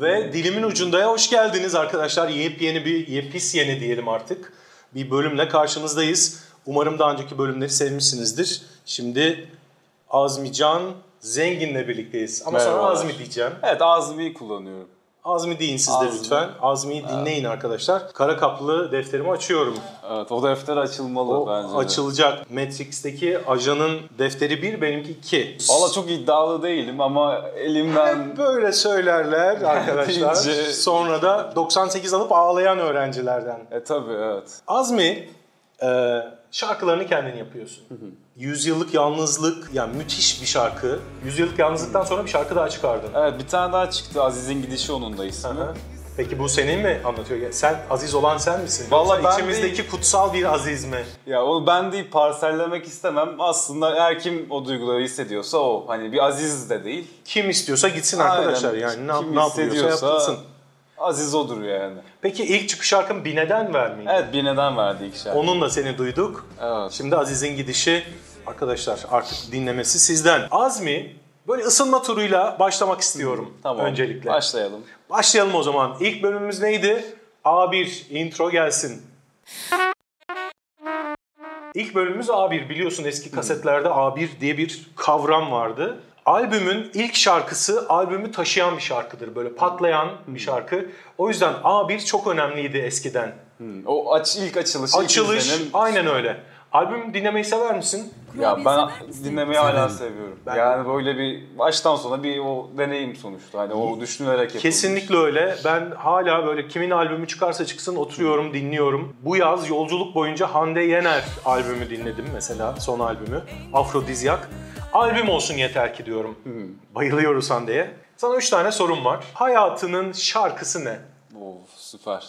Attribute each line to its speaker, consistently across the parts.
Speaker 1: Evet dilimin ucundaya hoş geldiniz arkadaşlar. Yepyeni bir yepis yeni diyelim artık. Bir bölümle karşınızdayız. Umarım daha önceki bölümleri sevmişsinizdir. Şimdi Azmican Zengin'le birlikteyiz. Ama sana
Speaker 2: Merhabalar.
Speaker 1: Azmi diyeceğim.
Speaker 2: Evet Azmi'yi kullanıyorum.
Speaker 1: Azmi deyin siz de
Speaker 2: Azmi.
Speaker 1: lütfen. Azmi'yi dinleyin arkadaşlar. Kara kaplı defterimi açıyorum.
Speaker 2: Evet o defter açılmalı
Speaker 1: O
Speaker 2: bence de.
Speaker 1: açılacak. Matrix'teki ajanın defteri 1, benimki 2.
Speaker 2: Valla çok iddialı değilim ama elimden...
Speaker 1: Hep böyle söylerler arkadaşlar.
Speaker 2: Deyince-
Speaker 1: Sonra da 98 alıp ağlayan öğrencilerden.
Speaker 2: e tabi evet.
Speaker 1: Azmi e, şarkılarını kendin yapıyorsun. Yüzyıllık Yalnızlık yani müthiş bir şarkı. Yüzyıllık Yalnızlık'tan sonra bir şarkı daha çıkardın.
Speaker 2: Evet bir tane daha çıktı Aziz'in gidişi onun da ismi.
Speaker 1: Aha. Peki bu senin mi anlatıyor? Ya Sen aziz olan sen misin?
Speaker 2: Vallahi
Speaker 1: Yoksa
Speaker 2: ben
Speaker 1: içimizdeki kutsal bir aziz mi?
Speaker 2: Ya onu ben değil parsellemek istemem. Aslında eğer kim o duyguları hissediyorsa o. Hani bir Aziz de değil.
Speaker 1: Kim istiyorsa gitsin
Speaker 2: Aynen.
Speaker 1: arkadaşlar yani ne, yap-
Speaker 2: Kim
Speaker 1: ne yapıyorsa
Speaker 2: hissediyorsa-
Speaker 1: yapılsın.
Speaker 2: Aziz odur yani.
Speaker 1: Peki ilk çıkış şarkın bir neden vermeyin.
Speaker 2: Evet bir neden verdi ilk şarkı.
Speaker 1: Onunla seni duyduk.
Speaker 2: Evet.
Speaker 1: Şimdi Aziz'in gidişi arkadaşlar artık dinlemesi sizden. Azmi böyle ısınma turuyla başlamak istiyorum
Speaker 2: Tamam.
Speaker 1: öncelikle.
Speaker 2: Başlayalım.
Speaker 1: Başlayalım o zaman. İlk bölümümüz neydi? A1 intro gelsin. İlk bölümümüz A1 biliyorsun eski kasetlerde A1 diye bir kavram vardı. Albümün ilk şarkısı albümü taşıyan bir şarkıdır. Böyle patlayan bir şarkı. O yüzden A1 çok önemliydi eskiden.
Speaker 2: O aç, ilk açılışı. ilk
Speaker 1: Açılış
Speaker 2: izlenim.
Speaker 1: aynen öyle. Albüm dinlemeyi sever misin?
Speaker 2: Ya ben
Speaker 3: Kurabiye sever misin?
Speaker 2: dinlemeyi hala seviyorum. yani böyle bir baştan sona bir o deneyim sonuçta. Hani o düşünülerek yapılmış.
Speaker 1: Kesinlikle öyle. Ben hala böyle kimin albümü çıkarsa çıksın oturuyorum, dinliyorum. Bu yaz yolculuk boyunca Hande Yener albümü dinledim mesela, son albümü. Afrodizyak. Albüm olsun yeter ki diyorum.
Speaker 2: Hmm.
Speaker 1: Bayılıyoruz Hande'ye. Sana üç tane sorum var. Hayatının şarkısı ne?
Speaker 2: Oo, süper.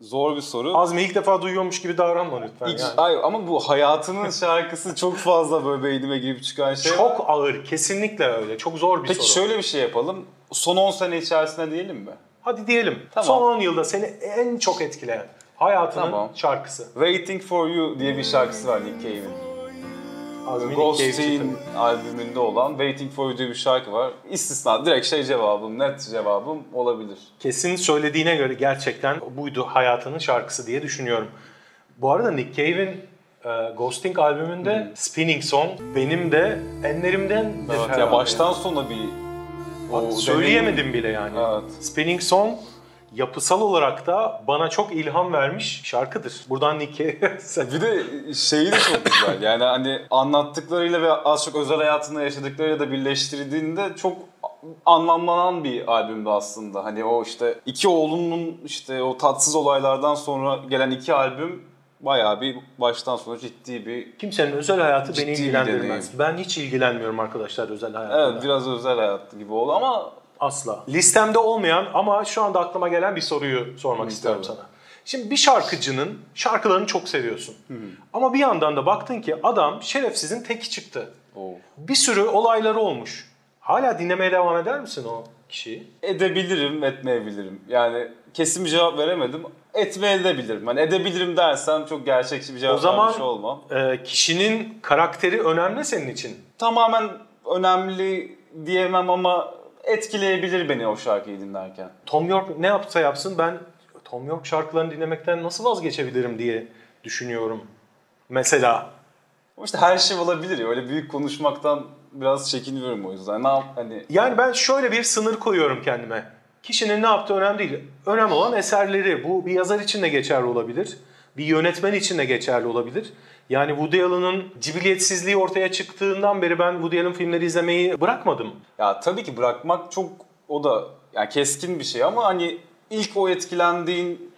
Speaker 2: Zor bir soru.
Speaker 1: Azmi ilk defa duyuyormuş gibi davranma lütfen.
Speaker 2: İlk-
Speaker 1: yani.
Speaker 2: Ay, ama bu hayatının şarkısı çok fazla böyle beynime girip çıkan şey. var.
Speaker 1: Çok ağır, kesinlikle öyle. Çok zor bir
Speaker 2: Peki
Speaker 1: soru.
Speaker 2: şöyle bir şey yapalım. Son 10 sene içerisinde diyelim mi?
Speaker 1: Hadi diyelim.
Speaker 2: Tamam.
Speaker 1: Son 10 yılda seni en çok etkileyen hayatının
Speaker 2: Tamam.
Speaker 1: şarkısı.
Speaker 2: Waiting for You diye bir şarkısı var Nick Cave'in.
Speaker 1: Azmi
Speaker 2: Ghostin albümünde olan Waiting for You diye bir şarkı var. İstisna direkt şey cevabım, net cevabım olabilir.
Speaker 1: Kesin söylediğine göre gerçekten buydu hayatının şarkısı diye düşünüyorum. Bu arada Nick Cave'in e, Ghosting albümünde Spinning Song benim de enlerimden
Speaker 2: Hmm. Evet, ya baştan sona bir o
Speaker 1: söyleyemedim bile yani.
Speaker 2: Evet.
Speaker 1: Spinning Song yapısal olarak da bana çok ilham vermiş şarkıdır. Buradan Nick Cave
Speaker 2: deneyim- Bir de şeyi de çok güzel. Yani hani anlattıklarıyla ve az çok özel hayatında yaşadıklarıyla da birleştirdiğinde çok anlamlanan bir albümdü aslında. Hani o işte iki oğlunun işte o tatsız olaylardan sonra gelen iki albüm bayağı bir baştan sona ciddi bir
Speaker 1: kimsenin özel hayatı beni
Speaker 2: Ciddi bir
Speaker 1: ilgilendirmez. Ben hiç ilgilenmiyorum arkadaşlar özel hayatla.
Speaker 2: evet biraz özel hayat gibi oldu ama
Speaker 1: Asla. Listemde olmayan ama şu anda aklıma gelen bir soruyu sormak istiyorum
Speaker 2: tabii.
Speaker 1: sana. Şimdi bir şarkıcının şarkılarını çok seviyorsun. Ama bir yandan da baktın ki adam şerefsizin teki çıktı.
Speaker 2: o
Speaker 1: Bir sürü olayları olmuş. Hala dinlemeye devam eder misin o kişiyi?
Speaker 2: edebilirim, etmeyebilirim. Yani kesin bir cevap veremedim. Etmeye de bilirim. Hani edebilirim dersen çok gerçekçi bir cevap
Speaker 1: O zaman-
Speaker 2: vermiş olmam.
Speaker 1: Ee, kişinin karakteri önemli senin için.
Speaker 2: Tamamen önemli diyemem ama etkileyebilir beni o şarkıyı dinlerken.
Speaker 1: Tom York ne yapsa yapsın ben Tom York şarkılarını dinlemekten nasıl vazgeçebilirim diye düşünüyorum. Mesela
Speaker 2: Ama işte her şey olabilir ya. Öyle büyük konuşmaktan biraz çekiniyorum o yüzden. Ne yap hani
Speaker 1: Yani ben şöyle bir sınır koyuyorum kendime. Kişinin ne yaptığı önemli değil. Önemli olan eserleri. Bu bir yazar için de geçerli olabilir. Bir yönetmen için de geçerli olabilir. Yani Woody Allen'ın cibiliyetsizliği ortaya çıktığından beri ben Woody Allen filmleri izlemeyi bırakmadım.
Speaker 2: ya tabii ki bırakmak çok o da yani keskin bir şey ama hani ilk o etkilendiğin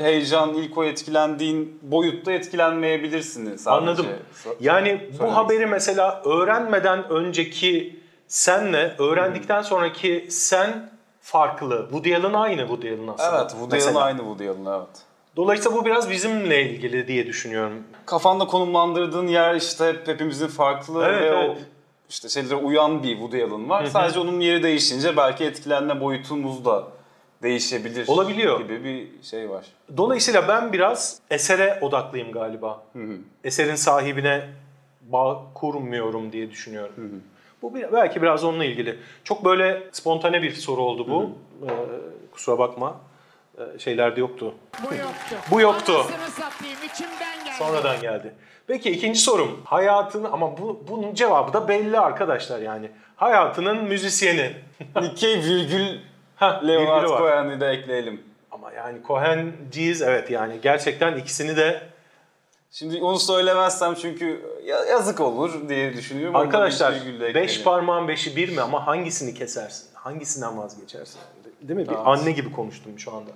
Speaker 2: heyecan, ilk o etkilendiğin boyutta etkilenmeyebilirsin sadece.
Speaker 1: Anladım.
Speaker 2: Şey, So-
Speaker 1: Yani bu
Speaker 2: söylemek
Speaker 1: haberi mesela öğrenmeden önceki senle öğrendikten sonraki sen farklı. Woody Allen aynı Woody Allen aslında.
Speaker 2: Evet, Woody
Speaker 1: Mesela.
Speaker 2: Allen aynı Woody Allen evet.
Speaker 1: Dolayısıyla bu biraz bizimle ilgili diye düşünüyorum.
Speaker 2: Kafanda konumlandırdığın yer işte hep hepimizin farklı
Speaker 1: Evet,
Speaker 2: ve
Speaker 1: evet.
Speaker 2: o işte şeylere uyan bir Woody Allen var. Sadece onun yeri değişince belki etkilenme boyutumuz da değişebilir.
Speaker 1: Olabiliyor.
Speaker 2: Gibi bir şey var.
Speaker 1: Dolayısıyla ben biraz esere odaklıyım galiba. Eserin sahibine bağ kurmuyorum diye düşünüyorum. Bu bir- belki biraz onunla ilgili. Çok böyle spontane bir soru oldu bu. Ee, kusura bakma. Ee, şeylerde yoktu.
Speaker 3: Bu yoktu.
Speaker 1: Bu yoktu.
Speaker 3: Anasını satayım içimden geldi.
Speaker 1: Sonradan geldi. Peki ikinci sorum. Hayatın ama bu, bunun cevabı da belli arkadaşlar yani. Hayatının müzisyeni.
Speaker 2: Nikkei virgül
Speaker 1: Hah,
Speaker 2: Leonard
Speaker 1: virgülü var.
Speaker 2: Cohen'i de ekleyelim.
Speaker 1: Ama yani Cohen'ciyiz evet yani gerçekten ikisini de
Speaker 2: Şimdi onu söylemezsem çünkü ya- yazık olur diye düşünüyorum. Ondan
Speaker 1: Arkadaşlar
Speaker 2: bir virgülle
Speaker 1: beş
Speaker 2: ekleyelim.
Speaker 1: parmağın beşi bir mi ama hangisini kesersin? Hangisinden vazgeçersin? Değil mi? Bir
Speaker 2: Evet.
Speaker 1: anne gibi konuştum şu anda.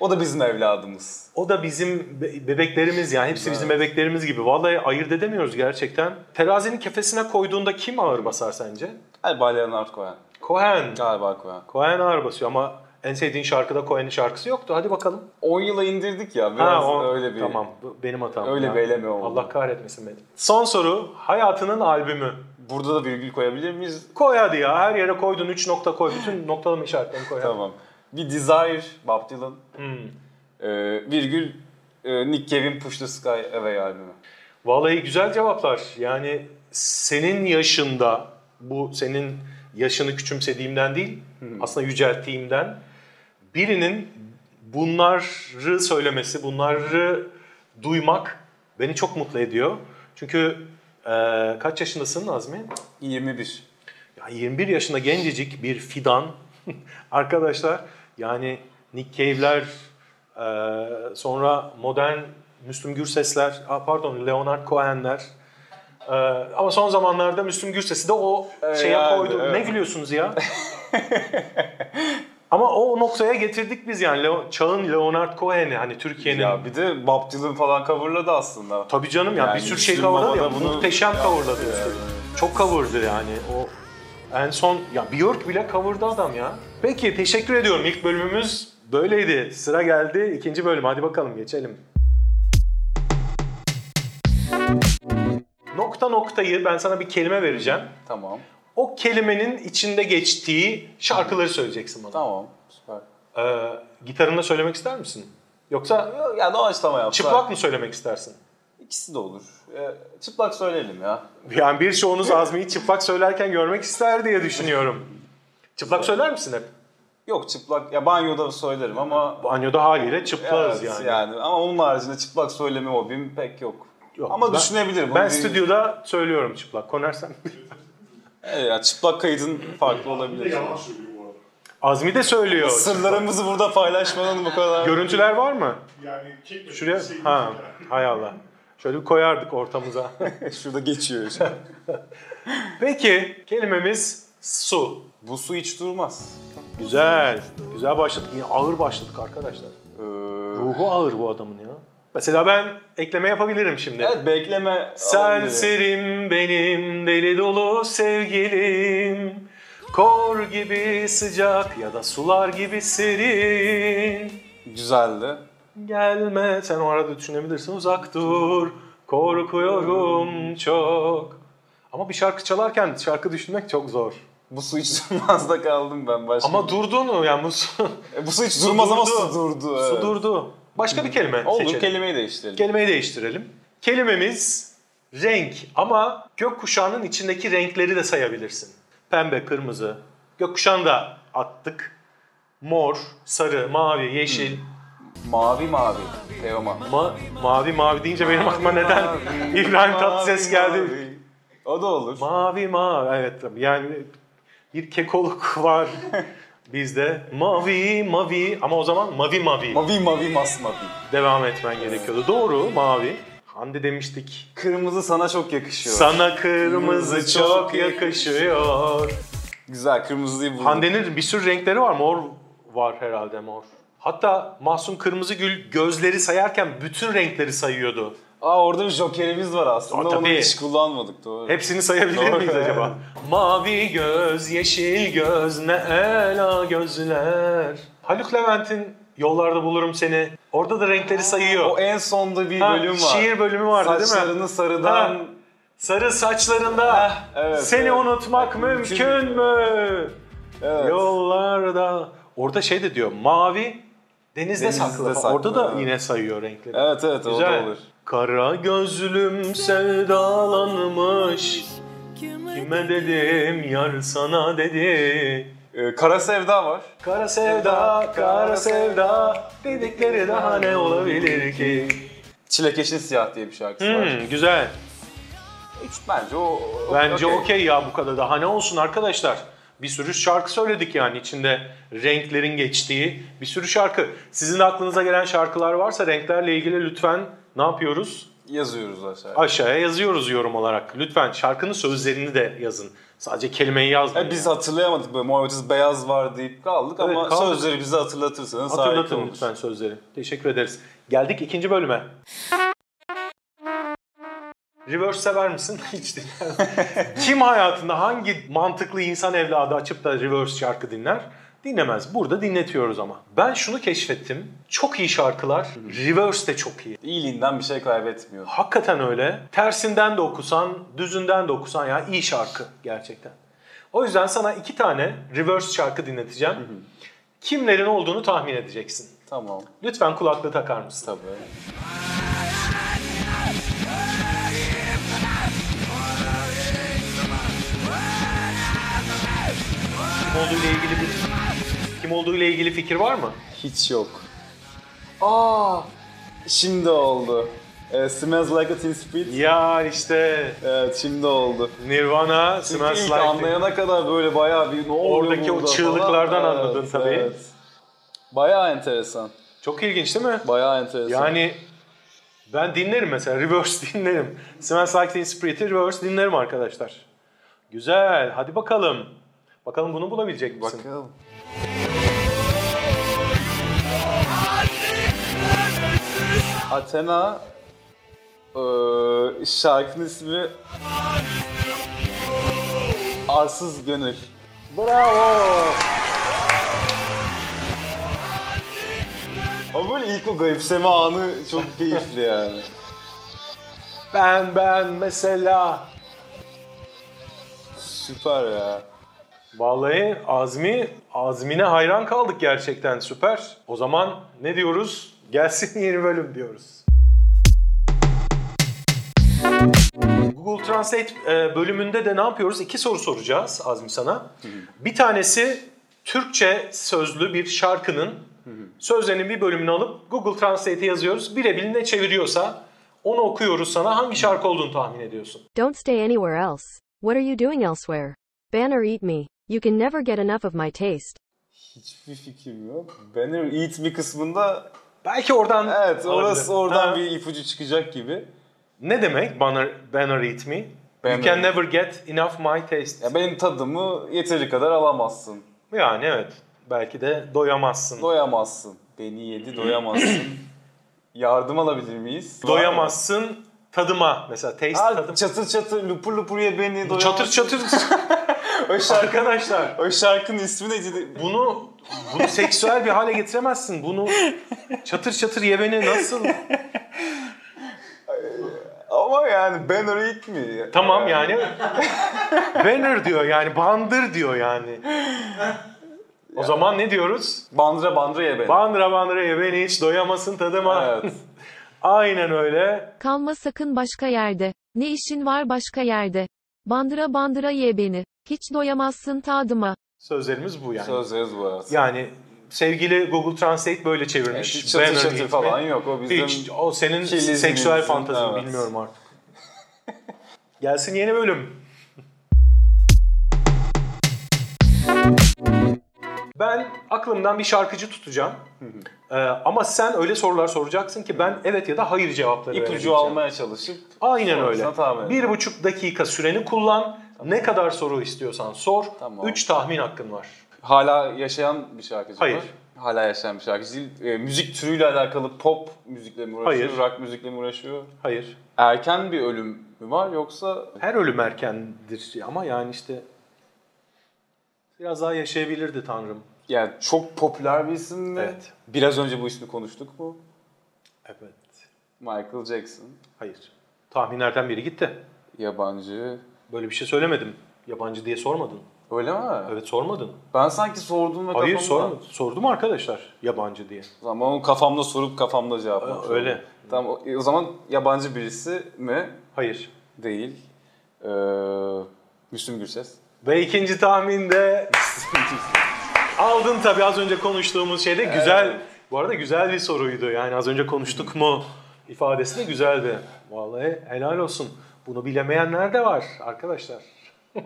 Speaker 2: O da bizim evladımız.
Speaker 1: O da bizim be- bebeklerimiz yani hepsi bizim
Speaker 2: Evet.
Speaker 1: bebeklerimiz gibi. Vallahi ayırt edemiyoruz gerçekten. Terazinin kefesine koyduğunda kim ağır basar sence?
Speaker 2: Galiba Leonard Cohen.
Speaker 1: Cohen.
Speaker 2: Galiba Cohen.
Speaker 1: Cohen ağır basıyor ama en sevdiğin şarkıda Cohen'in şarkısı yoktu. Hadi bakalım.
Speaker 2: 10 yıla indirdik ya biraz
Speaker 1: o-
Speaker 2: öyle bir.
Speaker 1: Tamam bu benim hatam.
Speaker 2: Öyle
Speaker 1: Ya.
Speaker 2: bir eleme oldu.
Speaker 1: Allah kahretmesin beni. Son soru hayatının albümü.
Speaker 2: Burada da virgül koyabilir miyiz?
Speaker 1: Koy hadi ya her yere koydun 3 nokta koy. Bütün noktalama işaretlerini koy. hadi.
Speaker 2: Tamam. Bir Desire, Bob Dylan.
Speaker 1: Hmm.
Speaker 2: Ee, virgül e, Nick Cave Push the Sky Away albümü.
Speaker 1: Vallahi güzel cevaplar. Yani senin yaşında bu senin yaşını küçümsediğimden değil aslında yücelttiğimden birinin bunları söylemesi, bunları duymak beni çok mutlu ediyor. Çünkü e, kaç yaşındasın Azmi?
Speaker 2: 21.
Speaker 1: Ya 21 yaşında gencecik bir fidan arkadaşlar yani Nick Cave'ler e, sonra modern Müslüm Gürses'ler ah, pardon Leonard Cohen'ler e, ama son zamanlarda Müslüm Gürses'i de o e,
Speaker 2: Evet,
Speaker 1: şeye
Speaker 2: E, yani,
Speaker 1: koydu.
Speaker 2: evet.
Speaker 1: Ne gülüyorsunuz ya? ama o noktaya getirdik biz yani Leo- çağın Leonard Cohen'i hani Türkiye'nin
Speaker 2: Ya bir de Bob Dylan falan coverladı aslında.
Speaker 1: Tabii canım ya
Speaker 2: Yani
Speaker 1: bir sürü şey
Speaker 2: Müslüm Baba
Speaker 1: kavurladı
Speaker 2: da
Speaker 1: ya.
Speaker 2: bunu-
Speaker 1: Muhteşem
Speaker 2: Ya,
Speaker 1: kavurladı
Speaker 2: evet.
Speaker 1: üstelik. Çok kavurdu yani o. En son ya Björk bile kavurdu adam ya. Peki teşekkür ediyorum. İlk bölümümüz böyleydi. Sıra geldi ikinci bölüm. Hadi bakalım geçelim. Nokta noktayı ben sana bir kelime vereceğim.
Speaker 2: Tamam.
Speaker 1: O kelimenin içinde geçtiği şarkıları söyleyeceksin bana.
Speaker 2: Tamam. Süper.
Speaker 1: Ee, gitarında söylemek ister misin? Yoksa
Speaker 2: Ya doğaçlama yapsa.
Speaker 1: çıplak mı söylemek istersin?
Speaker 2: İkisi de olur. Ee, çıplak söyleyelim ya.
Speaker 1: Yani birçoğunuz Azmi'yi çıplak söylerken görmek ister diye düşünüyorum. Çıplak söyler misin hep?
Speaker 2: Yok çıplak. Ya banyoda söylerim ama
Speaker 1: Banyoda haliyle çıplaz
Speaker 2: Evet,
Speaker 1: yani.
Speaker 2: Ama onun haricinde çıplak söyleme hobim pek yok.
Speaker 1: Yok,
Speaker 2: ama
Speaker 1: ben-
Speaker 2: düşünebilirim.
Speaker 1: Ben
Speaker 2: Bunu bir-
Speaker 1: stüdyoda söylüyorum çıplak. Konersen.
Speaker 2: Evet, ya, çıplak kaydın farklı olabilir.
Speaker 1: Azmi de söylüyor.
Speaker 2: Sırlarımızı burada paylaşmanın bu kadar.
Speaker 1: Görüntüler var mı?
Speaker 4: Yani çekme.
Speaker 1: Şuraya.
Speaker 4: şey-
Speaker 1: Ha. Hay Allah. Şöyle bir koyardık ortamıza.
Speaker 2: Şurada geçiyor. işte.
Speaker 1: Peki kelimemiz su.
Speaker 2: bu su hiç durmaz.
Speaker 1: Güzel. Güzel başladık. Yine ağır başladık arkadaşlar.
Speaker 2: Ee,
Speaker 1: Ruhu ağır bu adamın ya. Mesela ben ekleme yapabilirim şimdi.
Speaker 2: evet bekleme. olabilir.
Speaker 1: Senserim benim deli dolu sevgilim Kor gibi sıcak ya da sular gibi serin
Speaker 2: Güzeldi.
Speaker 1: Gelme sen o arada düşünebilirsin uzak dur Korkuyorum çok Ama bir şarkı çalarken şarkı düşünmek çok zor.
Speaker 2: Bu su hiç durmazda kaldım ben başka.
Speaker 1: Ama durdun yani bu su,
Speaker 2: E, bu su hiç durmaz ama
Speaker 1: durdu.
Speaker 2: su durdu.
Speaker 1: su
Speaker 2: evet.
Speaker 1: durdu. Başka bir kelime
Speaker 2: Olur
Speaker 1: seçelim.
Speaker 2: kelimeyi değiştirelim.
Speaker 1: Kelimeyi değiştirelim. Kelimemiz renk ama gökkuşağının içindeki renkleri de sayabilirsin. Pembe, kırmızı. Gökkuşağını da attık. Mor, sarı, mavi, yeşil.
Speaker 2: mavi mavi. Teoman.
Speaker 1: Ma- mavi mavi deyince benim aklıma neden İbrahim Tatlıses geldi. Mavi.
Speaker 2: mavi. O da olur.
Speaker 1: mavi evet tabii yani bir kekoluk var bizde. Mavi mavi ama o zaman mavi mavi
Speaker 2: Mavi mavi masmavi.
Speaker 1: devam etmen gerekiyordu. Doğru mavi. Hande demiştik
Speaker 2: Kırmızı sana çok yakışıyor.
Speaker 1: Sana kırmızı çok yakışıyor.
Speaker 2: Güzel kırmızıyı buldum.
Speaker 1: Hande'nin bir sürü renkleri var. Mor var herhalde mor. Hatta Mahsun Kırmızıgül gözleri sayarken bütün renkleri sayıyordu.
Speaker 2: Aa orada bir jokerimiz var aslında.
Speaker 1: Aa,
Speaker 2: Onu
Speaker 1: tabii.
Speaker 2: hiç kullanmadık doğru.
Speaker 1: Hepsini sayabilir
Speaker 2: Doğru.
Speaker 1: miyiz acaba? Mavi göz, yeşil göz, ne ela gözler. Haluk Levent'in Yollarda Bulurum Seni. Orada da renkleri sayıyor.
Speaker 2: O en sonda bir
Speaker 1: Ha,
Speaker 2: bölüm var.
Speaker 1: şiir bölümü vardı değil mi?
Speaker 2: Saçlarını sarıdan
Speaker 1: Ha. Sarı saçlarında
Speaker 2: Ah, evet,
Speaker 1: seni
Speaker 2: evet.
Speaker 1: unutmak
Speaker 2: Mümkün
Speaker 1: mümkün
Speaker 2: mü?
Speaker 1: mü?
Speaker 2: evet.
Speaker 1: Yollarda. Orada şey de diyor mavi denizde,
Speaker 2: Denizde
Speaker 1: saklı.
Speaker 2: saklı,
Speaker 1: Orada da
Speaker 2: evet.
Speaker 1: yine sayıyor renkleri.
Speaker 2: Evet evet o da
Speaker 1: Güzel.
Speaker 2: olur.
Speaker 1: Kara gözlüm sevdalanmış Kime dedim yar sana dedi.
Speaker 2: Ee, Kara Sevda var.
Speaker 1: Kara sevda, kara sevda dedikleri daha ne olabilir ki?
Speaker 2: Çilekeşin Siyah diye bir şarkısı var.
Speaker 1: Hmm, güzel.
Speaker 2: Üç bence o. o-
Speaker 1: Bence okey ya bu kadar. Daha ne olsun arkadaşlar? Bir sürü şarkı söyledik yani içinde renklerin geçtiği bir sürü şarkı. Sizin de aklınıza gelen şarkılar varsa renklerle ilgili lütfen ne yapıyoruz?
Speaker 2: Yazıyoruz aşağıya.
Speaker 1: Aşağıya yazıyoruz yorum olarak. Lütfen şarkının sözlerini de yazın. Sadece kelimeyi yazmayın.
Speaker 2: Ya E, biz hatırlayamadık böyle mor ötesi beyaz var deyip kaldık
Speaker 1: Evet,
Speaker 2: ama
Speaker 1: kaldık.
Speaker 2: sözleri bize hatırlatırsanız harika
Speaker 1: Hatırlatın
Speaker 2: olur.
Speaker 1: lütfen sözleri. Teşekkür ederiz. Geldik ikinci bölüme. Reverse sever misin? Hiç dinlemem. Kim hayatında hangi mantıklı insan evladı açıp da reverse şarkı dinler? Dinlemez. Burada dinletiyoruz ama. Ben şunu keşfettim. Çok iyi şarkılar. Reverse de çok iyi.
Speaker 2: İyiliğinden bir şey kaybetmiyor.
Speaker 1: Hakikaten öyle. Tersinden de okusan, düzünden de okusan ya iyi şarkı gerçekten. O yüzden sana iki tane reverse şarkı dinleteceğim. Kimlerin olduğunu tahmin edeceksin.
Speaker 2: Tamam.
Speaker 1: Lütfen kulaklığı takar mısın?
Speaker 2: Tabii.
Speaker 1: Kim olduğuyla ilgili bir kim olduğuyla ilgili fikir var mı?
Speaker 2: Hiç yok. Aa, şimdi oldu. Ee, smells like a teen spirit.
Speaker 1: Ya işte
Speaker 2: Evet şimdi oldu.
Speaker 1: Nirvana,
Speaker 2: Çünkü
Speaker 1: Smells
Speaker 2: ilk
Speaker 1: Like Teen-
Speaker 2: anlayana kadar böyle bayağı bir ne oluyor
Speaker 1: Oradaki o
Speaker 2: burada
Speaker 1: çığlıklardan
Speaker 2: falan.
Speaker 1: anladın tabii.
Speaker 2: Bayağı enteresan.
Speaker 1: Çok ilginç değil mi?
Speaker 2: Bayağı enteresan.
Speaker 1: Yani ben dinlerim mesela reverse dinlerim. Smells Like Teen Spirit'i reverse dinlerim arkadaşlar. Güzel. Hadi bakalım. Bakalım bunu bulabilecek misin?
Speaker 2: Bakalım. Athena eee, şarkının ismi Arsız Gönül. Bravo! Ama böyle ilk o garipseme anı çok keyifli yani.
Speaker 1: Ben ben mesela.
Speaker 2: Süper ya.
Speaker 1: Vallahi Azmi, Azmine hayran kaldık gerçekten süper. O zaman ne diyoruz? Gelsin yeni bölüm diyoruz. Google Translate e, bölümünde de ne yapıyoruz? İki soru soracağız Azmi sana. Bir tanesi Türkçe sözlü bir şarkının sözlerinin bir bölümünü alıp Google Translate'e yazıyoruz. Birebir ne çeviriyorsa onu okuyoruz sana. Hangi şarkı olduğunu tahmin ediyorsun?
Speaker 4: Don't stay anywhere else. What are you doing elsewhere? Ban or eat me. You can never get enough of my taste.
Speaker 2: Hiçbir fikrim yok. Banner Eat Me kısmında
Speaker 1: Belki oradan
Speaker 2: evet orası
Speaker 1: Olabilir.
Speaker 2: oradan
Speaker 1: Ha.
Speaker 2: bir ipucu çıkacak gibi.
Speaker 1: Ne demek banner, banner eat me?
Speaker 2: Banner
Speaker 1: You can
Speaker 2: eat.
Speaker 1: never get enough my taste.
Speaker 2: Ya benim tadımı yeteri kadar alamazsın.
Speaker 1: Yani evet. Belki de doyamazsın.
Speaker 2: Doyamazsın. Beni yedi doyamazsın. Yardım alabilir miyiz?
Speaker 1: doyamazsın tadıma. Mesela taste
Speaker 2: Ha,
Speaker 1: tadım.
Speaker 2: çatır çatır lupur lupur ye beni doyamazsın.
Speaker 1: Çatır çatır.
Speaker 2: O, şarkı,
Speaker 1: Arkadaşlar
Speaker 2: o şarkının ismi neydi?
Speaker 1: bunu bunu seksüel bir hale getiremezsin. Bunu çatır çatır yemeni nasıl?
Speaker 2: Ama yani Banner Eat mi?
Speaker 1: Tamam yani. Banner diyor yani bandır diyor yani. O zaman ne diyoruz?
Speaker 2: Bandıra bandıra ye beni.
Speaker 1: Bandıra bandıra ye beni hiç doyamasın tadıma.
Speaker 2: evet.
Speaker 1: Aynen öyle.
Speaker 5: Kalma sakın başka yerde. Ne işin var başka yerde? Bandıra bandıra ye beni. Hiç doyamazsın tadıma.
Speaker 1: Sözlerimiz bu yani.
Speaker 2: Sözleriz bu arası.
Speaker 1: Yani sevgili Google Translate böyle
Speaker 2: Evet,
Speaker 1: çevirmiş.
Speaker 2: hiç çatır
Speaker 1: Banner
Speaker 2: çatır
Speaker 1: eat
Speaker 2: falan
Speaker 1: me.
Speaker 2: yok. O bizim
Speaker 1: Hiç, o senin
Speaker 2: kirli
Speaker 1: seksüel
Speaker 2: izninizin,
Speaker 1: fantazin
Speaker 2: evet.
Speaker 1: bilmiyorum artık. Gelsin yeni bölüm. Ben aklımdan bir şarkıcı tutacağım. Ee, ama sen öyle sorular soracaksın ki ben evet ya da hayır cevapları
Speaker 2: ipucu
Speaker 1: vereceğim.
Speaker 2: almaya çalışıp
Speaker 1: Aynen
Speaker 2: sonrasına
Speaker 1: öyle.
Speaker 2: tahmin
Speaker 1: Bir buçuk dakika süreni kullan. Ne kadar soru istiyorsan sor.
Speaker 2: Tamam.
Speaker 1: Üç tahmin hakkın var.
Speaker 2: Hala yaşayan bir şarkıcı
Speaker 1: Hayır.
Speaker 2: var. Hala yaşayan bir şarkıcı değil. E, müzik türüyle alakalı pop müzikle mi uğraşıyor,
Speaker 1: Hayır.
Speaker 2: rock müzikle mi uğraşıyor?
Speaker 1: Hayır.
Speaker 2: Erken bir ölüm mü var yoksa
Speaker 1: Her ölüm erkendir şey ama yani işte biraz daha yaşayabilirdi Tanrım.
Speaker 2: yani çok popüler bir isim mi?
Speaker 1: Evet.
Speaker 2: Biraz önce bu ismi konuştuk mu?
Speaker 1: Evet.
Speaker 2: Michael Jackson.
Speaker 1: Hayır. Tahminlerden biri gitti.
Speaker 2: Yabancı.
Speaker 1: Böyle bir şey söylemedim. Yabancı diye sormadın.
Speaker 2: Öyle mi?
Speaker 1: Evet sormadın.
Speaker 2: Ben sanki sordum ve
Speaker 1: Hayır
Speaker 2: kafamda...
Speaker 1: sormadım. Sordum arkadaşlar yabancı diye.
Speaker 2: O zaman onu kafamda sorup kafamda cevaplamak.
Speaker 1: Ö- öyle.
Speaker 2: zorundayım. Tamam o- o zaman yabancı birisi mi?
Speaker 1: Hayır.
Speaker 2: Değil. Ee, Müslüm Gürses.
Speaker 1: Ve ikinci tahminde aldın tabii az önce konuştuğumuz şeyde güzel. Bu arada güzel bir soruydu. Yani az önce konuştuk mu ifadesi de güzeldi. Vallahi helal olsun. Bunu bilemeyenler de var arkadaşlar.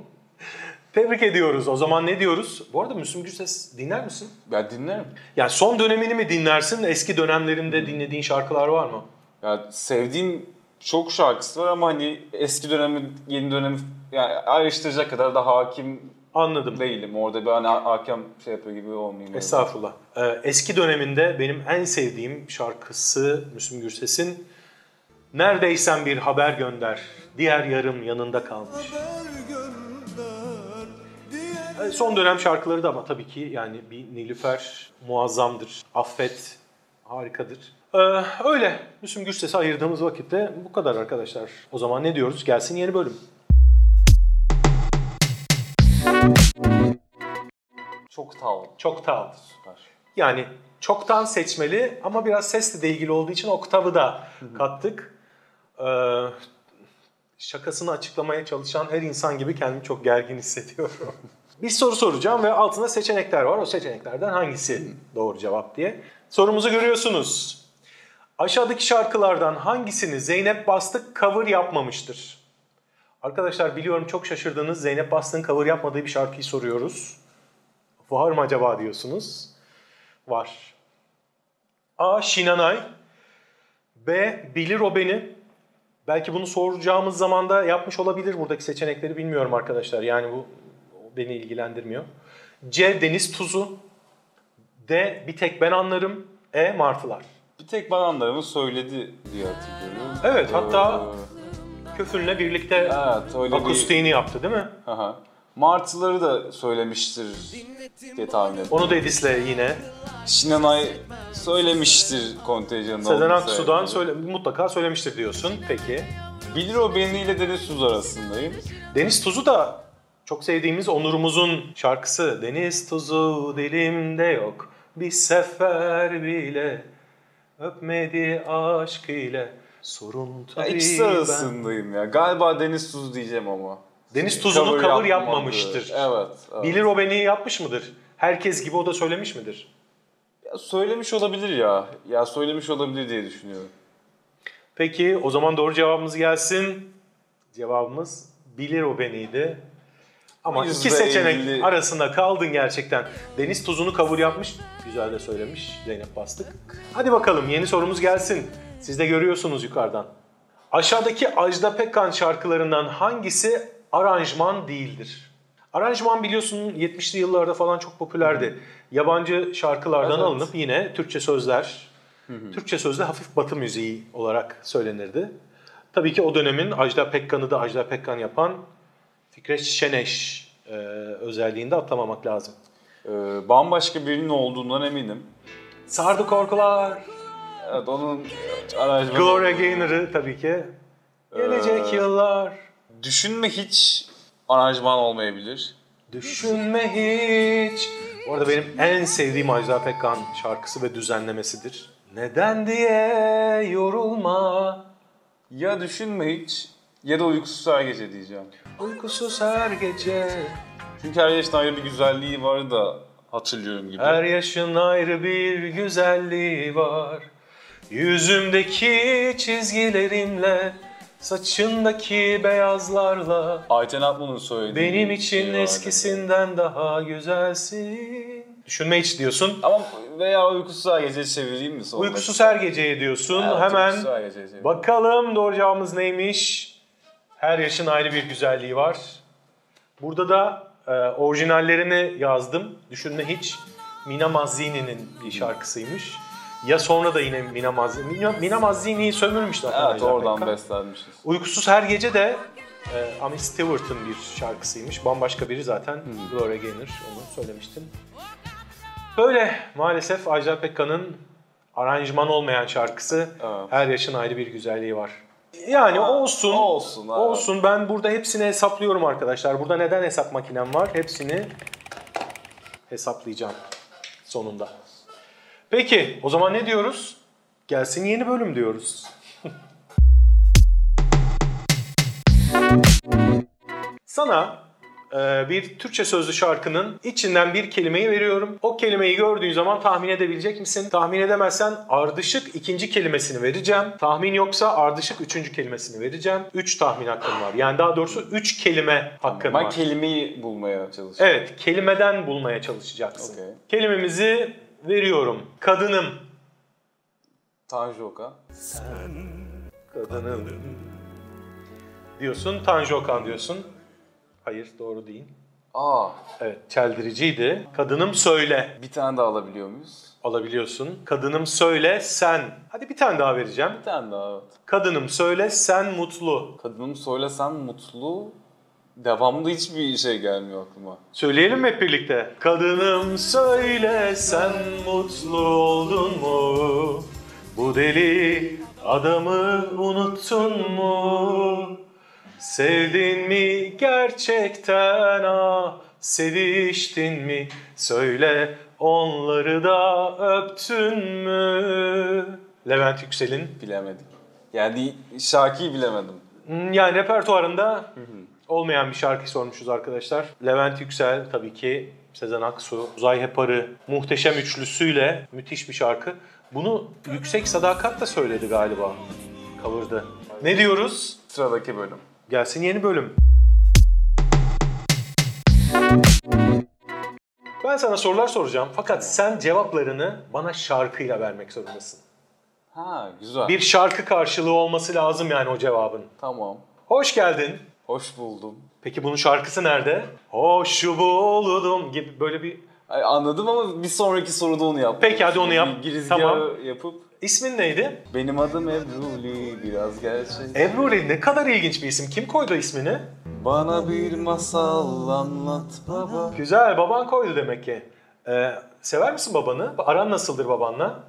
Speaker 1: Tebrik ediyoruz. O zaman ne diyoruz? Bu arada Müslüm Gürses dinler misin?
Speaker 2: ben dinlerim.
Speaker 1: Yani son dönemini mi dinlersin? Eski dönemlerinde dinlediğin şarkılar var mı?
Speaker 2: Ya sevdiğim çok şarkısı var ama hani eski dönemi, yeni dönemi yani ayrıştıracak kadar da hakim
Speaker 1: Anladım.
Speaker 2: değilim. Orada bir hani hakem şey yapıyor gibi olmayayım.
Speaker 1: Estağfurullah. Ee, eski döneminde benim en sevdiğim şarkısı Müslüm Gürses'in Neredeysen bir haber gönder, diğer yarım yanında kalmış. Ee, Son dönem şarkıları da ama tabii ki yani bir Nilüfer muazzamdır, affet harikadır. Ee, öyle Müslüm Gürses'e ayırdığımız vakitte bu kadar arkadaşlar. O zaman ne diyoruz? Gelsin yeni bölüm.
Speaker 2: Çok tav.
Speaker 1: Çok tağlıdır. Yani çoktan seçmeli ama biraz sesle de ilgili olduğu için oktavı da kattık. Ee, şakasını açıklamaya çalışan her insan gibi kendimi çok gergin hissediyorum. Bir soru soracağım ve altında seçenekler var. O seçeneklerden hangisi doğru cevap diye. Sorumuzu görüyorsunuz. Aşağıdaki şarkılardan hangisini Zeynep Bastık cover yapmamıştır? Arkadaşlar biliyorum çok şaşırdınız. Zeynep Bastık'ın cover yapmadığı bir şarkıyı soruyoruz. Var mı acaba diyorsunuz? Var. A. Şinanay. B. Bilir o beni. Belki bunu soracağımız zamanda yapmış olabilir buradaki seçenekleri bilmiyorum arkadaşlar. Yani bu beni ilgilendirmiyor. C. Deniz tuzu. D. Bir tek ben anlarım. E. Martılar.
Speaker 2: Bir tek bana anlarımı söyledi diye hatırlıyorum.
Speaker 1: Evet,
Speaker 2: Ee,
Speaker 1: hatta- Köfünle birlikte
Speaker 2: Evet öyle bir...
Speaker 1: akustiğini yaptı değil mi?
Speaker 2: Aha. Martıları da söylemiştir diye tahmin ediyorum.
Speaker 1: Onu da Edis'le yine.
Speaker 2: Şinanay söylemiştir kontenjanında.
Speaker 1: Sezen
Speaker 2: olduğunu
Speaker 1: Aksu'dan
Speaker 2: söyledi.
Speaker 1: söyle, mutlaka söylemiştir diyorsun. Peki.
Speaker 2: Bilir o benimle Deniz Tuz arasındayım.
Speaker 1: Deniz Tuzu da çok sevdiğimiz Onur'umuzun şarkısı. Deniz tuzu dilimde yok bir sefer bile öpmedi aşk ile sorun
Speaker 2: Ya
Speaker 1: tabii
Speaker 2: ikisi
Speaker 1: ben.
Speaker 2: arasındayım ya. Galiba Deniz Tuz diyeceğim ama.
Speaker 1: Deniz Tuzu'nu cover,
Speaker 2: yapmadı.
Speaker 1: yapmamıştır.
Speaker 2: Evet. evet.
Speaker 1: Bilir o beni yapmış mıdır? Herkes gibi o da söylemiş midir?
Speaker 2: Ya söylemiş olabilir ya. Ya söylemiş olabilir diye düşünüyorum.
Speaker 1: Peki o zaman doğru cevabımız gelsin. Cevabımız bilir o beniydi. Ama iki
Speaker 2: Yüzde elli.
Speaker 1: seçenek arasında kaldın gerçekten. Deniz tuzunu kabul yapmış. Güzel de söylemiş Zeynep Bastık. Hadi bakalım yeni sorumuz gelsin. Siz de görüyorsunuz yukarıdan. Aşağıdaki Ajda Pekkan şarkılarından hangisi aranjman değildir? Aranjman biliyorsun 70'li yıllarda falan çok popülerdi. Yabancı şarkılardan
Speaker 2: Evet.
Speaker 1: alınıp yine Türkçe sözler, Türkçe sözde hafif batı müziği olarak söylenirdi. Tabii ki o dönemin Ajda Pekkan'ı da Ajda Pekkan yapan Fikret Şeneş e, özelliğinde atlamamak lazım.
Speaker 2: Ee, bambaşka birinin olduğundan eminim.
Speaker 1: Sardı korkular.
Speaker 2: Evet onun aracı.
Speaker 1: Gloria Gaynor'ı tabii ki. Gelecek
Speaker 2: Ee,
Speaker 1: yıllar.
Speaker 2: Düşünme hiç aranjman olmayabilir.
Speaker 1: Düşünme hiç. Bu arada benim en sevdiğim Ajda Pekkan şarkısı ve düzenlemesidir. Neden diye yorulma.
Speaker 2: Ya düşünme hiç ya da uykusuz her gece diyeceğim.
Speaker 1: Uykusuz her gece.
Speaker 2: Çünkü her yaşın ayrı bir güzelliği var da hatırlıyorum gibi.
Speaker 1: Her yaşın ayrı bir güzelliği var. Yüzümdeki çizgilerimle, saçındaki beyazlarla.
Speaker 2: Ayten Atman'ın söylediği
Speaker 1: Benim
Speaker 2: bir şey
Speaker 1: için
Speaker 2: vardı.
Speaker 1: eskisinden daha güzelsin. Düşünme hiç diyorsun.
Speaker 2: Ama veya uykusuz her gece çevireyim mi sonra?
Speaker 1: Uykusuz her geceye diyorsun.
Speaker 2: Evet,
Speaker 1: Hemen
Speaker 2: uykusuz her gece çevireyim.
Speaker 1: Bakalım doğru cevabımız neymiş? Her yaşın ayrı bir güzelliği var. Burada da e, orijinallerini yazdım. Düşünme hiç. Mina Mazzini'nin bir
Speaker 2: Hmm.
Speaker 1: şarkısıymış. Ya sonra da yine Mina Mazzini. Mina, Mina Mazzini'yi sömürmüşler.
Speaker 2: Evet oradan beslenmişiz.
Speaker 1: Uykusuz Her Gece de e, Amit Stewart'ın bir şarkısıymış. Bambaşka biri zaten.
Speaker 2: Hmm.
Speaker 1: Gloria Gaynor onu söylemiştim. Böyle maalesef Ajda Pekkan'ın aranjman olmayan şarkısı
Speaker 2: Evet.
Speaker 1: her yaşın ayrı bir güzelliği var. Yani olsun.
Speaker 2: olsun, evet.
Speaker 1: Olsun. Ben burada hepsini hesaplıyorum arkadaşlar. Burada neden hesap makinem var? Hepsini hesaplayacağım sonunda. Peki o zaman ne diyoruz? Gelsin yeni bölüm diyoruz. Sana e, bir Türkçe sözlü şarkının içinden bir kelimeyi veriyorum. O kelimeyi gördüğün zaman tahmin edebilecek misin? Tahmin edemezsen ardışık ikinci kelimesini vereceğim. Tahmin yoksa ardışık üçüncü kelimesini vereceğim. Üç tahmin hakkım var. Yani daha doğrusu üç kelime hakkın
Speaker 2: Ben
Speaker 1: var.
Speaker 2: kelimeyi bulmaya çalışıyorum.
Speaker 1: Evet, kelimeden bulmaya çalışacaksın.
Speaker 2: Okey.
Speaker 1: Kelimemizi veriyorum. Kadınım.
Speaker 2: Tanju Okan.
Speaker 1: Kadınım. Diyorsun, Tanju Okan diyorsun. Hayır, doğru değil.
Speaker 2: Aa,
Speaker 1: Evet, çeldiriciydi. Kadınım söyle
Speaker 2: bir tane daha alabiliyor muyuz?
Speaker 1: alabiliyorsun. Kadınım söyle sen. Hadi bir tane daha vereceğim.
Speaker 2: Bir tane daha. evet.
Speaker 1: Kadınım söyle sen mutlu.
Speaker 2: Kadınım söylesem mutlu. Devamlı hiçbir şey gelmiyor aklıma.
Speaker 1: Söyleyelim mi hep birlikte? Kadınım söyle sen mutlu oldun mu? Bu deli adamı unuttun mu? Sevdin mi gerçekten ah seviştin mi? Söyle onları da öptün mü? Levent Yüksel'in
Speaker 2: Bilemedik. Yani şarkıyı bilemedim.
Speaker 1: Hmm, Yani repertuarında olmayan bir şarkı sormuşuz arkadaşlar. Levent Yüksel tabii ki Sezen Aksu, Uzay Heparı muhteşem üçlüsüyle müthiş bir şarkı. Bunu Yüksek Sadakat da söyledi galiba. Cover'da. Ne diyoruz?
Speaker 2: Sıradaki bölüm.
Speaker 1: Gelsin yeni bölüm. Ben sana sorular soracağım fakat sen cevaplarını bana şarkıyla vermek zorundasın.
Speaker 2: Ha güzel.
Speaker 1: Bir şarkı karşılığı olması lazım yani o cevabın.
Speaker 2: Tamam.
Speaker 1: Hoş geldin.
Speaker 2: Hoş buldum.
Speaker 1: Peki bunun şarkısı nerede? Hoş buldum gibi böyle bir...
Speaker 2: Ay, anladım ama bir sonraki soruda onu yap.
Speaker 1: Peki, hadi onu yap.
Speaker 2: Bir girizgah
Speaker 1: Tamam.
Speaker 2: yapıp
Speaker 1: İsmin neydi?
Speaker 2: benim adım Ebru Lee, biraz gerçek.
Speaker 1: Ebru Reis. ne kadar ilginç bir isim. Kim koydu ismini?
Speaker 2: Bana bir masal anlat baba.
Speaker 1: Güzel, baban koydu demek ki. Ee, sever misin babanı? Aran nasıldır babanla?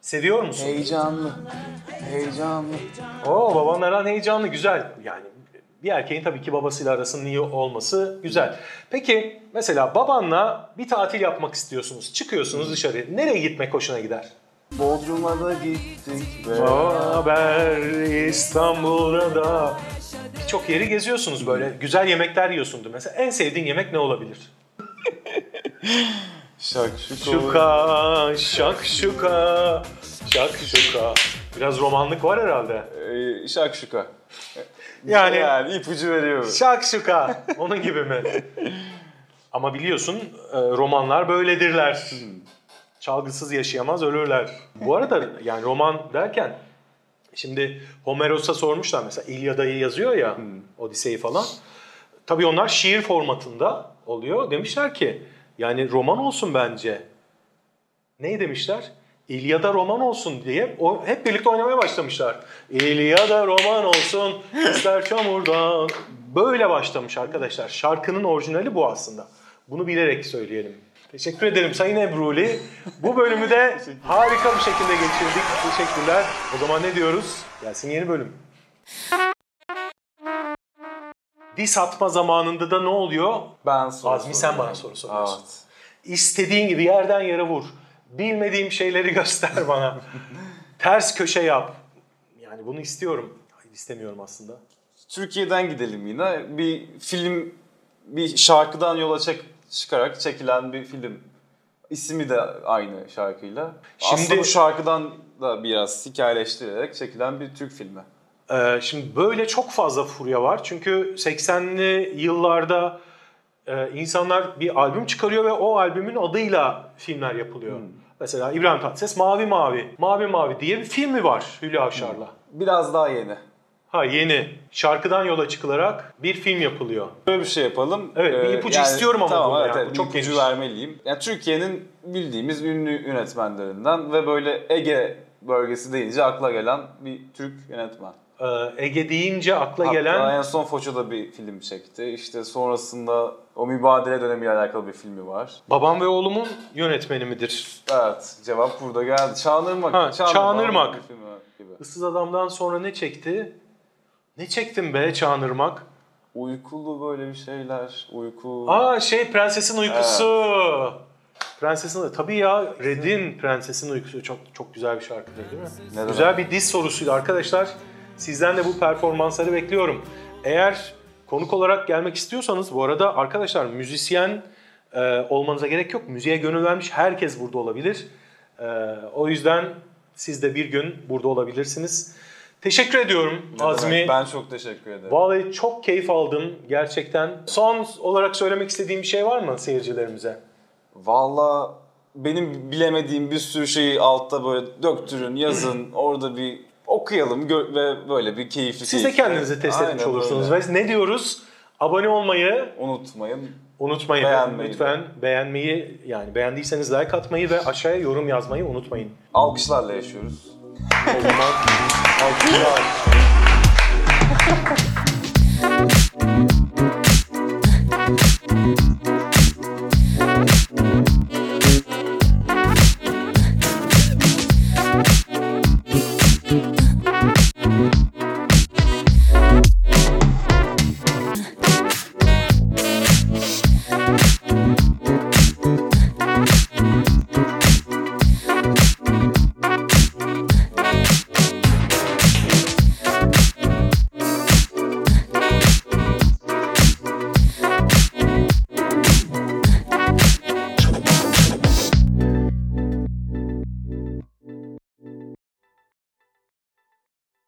Speaker 1: Seviyor musun?
Speaker 2: Heyecanlı, heyecanlı.
Speaker 1: Oo babanla aran heyecanlı, güzel. Yani bir erkeğin tabii ki babasıyla arasının iyi olması güzel. Peki mesela babanla bir tatil yapmak istiyorsunuz. Çıkıyorsunuz dışarı. Nereye gitmek hoşuna gider?
Speaker 2: Bodrum'a da gittik be.
Speaker 1: Haber İstanbul'da da birçok yeri geziyorsunuz böyle. Güzel yemekler yiyorsundur. Mesela en sevdiğin yemek ne olabilir?
Speaker 2: Şakşuka.
Speaker 1: Şuka, şakşuka, şakşuka. Biraz romanlık var herhalde.
Speaker 2: Ee, şakşuka. Yani,
Speaker 1: Yani
Speaker 2: ipucu veriyorum.
Speaker 1: şakşuka onun gibi mi? Ama biliyorsun e, romanlar böyledirler. Çalgısız yaşayamaz ölürler. Bu arada yani roman derken şimdi Homeros'a sormuşlar mesela İlyada'yı yazıyor ya Odise'yi falan. Tabii onlar şiir formatında oluyor. Demişler ki yani roman olsun bence. Ne demişler? İlyada roman olsun diye o, hep birlikte oynamaya başlamışlar. İlyada roman olsun ister çamurdan. Böyle başlamış arkadaşlar. Şarkının orijinali bu aslında. Bunu bilerek söyleyelim. Teşekkür ederim Sayın Ebruli. Bu bölümü de harika bir şekilde geçirdik. Teşekkürler. O zaman ne diyoruz? Gelsin yeni bölüm. Dis atma zamanında da ne oluyor?
Speaker 2: Ben soru
Speaker 1: Azmi, sen
Speaker 2: soruyorum.
Speaker 1: bana soru soruyorsun.
Speaker 2: Evet.
Speaker 1: İstediğin gibi yerden yere vur. Bilmediğim şeyleri göster bana. Ters köşe yap. Yani bunu istiyorum. Hayır istemiyorum aslında.
Speaker 2: Türkiye'den gidelim yine. Bir film, bir şarkıdan yola çek, çıkarak çekilen bir film. İsmi de aynı şarkıyla.
Speaker 1: Şimdi-
Speaker 2: Aslında bu şarkıdan da biraz hikayeleştirerek çekilen bir Türk filmi.
Speaker 1: Ee, şimdi böyle çok fazla furya var. Çünkü 80'li yıllarda e, insanlar bir albüm çıkarıyor ve o albümün adıyla filmler yapılıyor. Mesela İbrahim Tatlıses Mavi Mavi. Mavi Mavi diye bir filmi var Hülya Avşar'la.
Speaker 2: Biraz daha yeni.
Speaker 1: Ha yeni. Şarkıdan yola çıkılarak bir film yapılıyor.
Speaker 2: Böyle bir şey yapalım.
Speaker 1: Evet, bir ipucu istiyorum ama
Speaker 2: tamam,
Speaker 1: buna
Speaker 2: evet,
Speaker 1: ya.
Speaker 2: evet,
Speaker 1: Bu
Speaker 2: bir
Speaker 1: çok
Speaker 2: ipucu
Speaker 1: geniş.
Speaker 2: vermeliyim. Yani Türkiye'nin bildiğimiz ünlü yönetmenlerinden ve böyle Ege bölgesi deyince akla gelen bir Türk yönetmen.
Speaker 1: Ee, Ege deyince akla
Speaker 2: Hatta
Speaker 1: gelen...
Speaker 2: en son Foça'da bir film çekti. İşte sonrasında o mübadele dönemiyle alakalı bir filmi var.
Speaker 1: Babam ve oğlumun yönetmeni midir?
Speaker 2: Evet, cevap burada geldi. Çağınırmak.
Speaker 1: Ha, Çağınırmak.
Speaker 2: bir filmi gibi.
Speaker 1: Issız Adam'dan sonra ne çekti? Ne çektim be Çağınırmak?
Speaker 2: Uykulu böyle bir şeyler. Uyku.
Speaker 1: Aa şey Prensesin Uykusu. Prensesin Tabii ya Red'in Prensesin Uykusu çok çok güzel bir şarkıdır değil mi?
Speaker 2: demek?
Speaker 1: güzel bir diz sorusuydu arkadaşlar. Sizden de bu performansları bekliyorum. Eğer Konuk olarak gelmek istiyorsanız bu arada arkadaşlar müzisyen e, olmanıza gerek yok. Müziğe gönül vermiş herkes burada olabilir. E, o yüzden siz de bir gün burada olabilirsiniz. Teşekkür ediyorum
Speaker 2: Ne demek,
Speaker 1: Azmi.
Speaker 2: Ben çok teşekkür ederim.
Speaker 1: Vallahi çok keyif aldım gerçekten. Son olarak söylemek istediğim bir şey var mı seyircilerimize?
Speaker 2: Valla benim bilemediğim bir sürü şeyi altta böyle döktürün, yazın, orada bir okuyalım gö- ve böyle bir keyifli
Speaker 1: Siz de
Speaker 2: keyifli-
Speaker 1: kendinizi test etmiş
Speaker 2: Aynen
Speaker 1: olursunuz.
Speaker 2: öyle.
Speaker 1: Ve ne diyoruz? Abone olmayı
Speaker 2: Unutmayın.
Speaker 1: unutmayın.
Speaker 2: Beğenmeyi.
Speaker 1: Lütfen beğenmeyi yani beğendiyseniz like atmayı ve aşağıya yorum yazmayı unutmayın.
Speaker 2: Alkışlarla yaşıyoruz.
Speaker 1: O zaman alkışlar.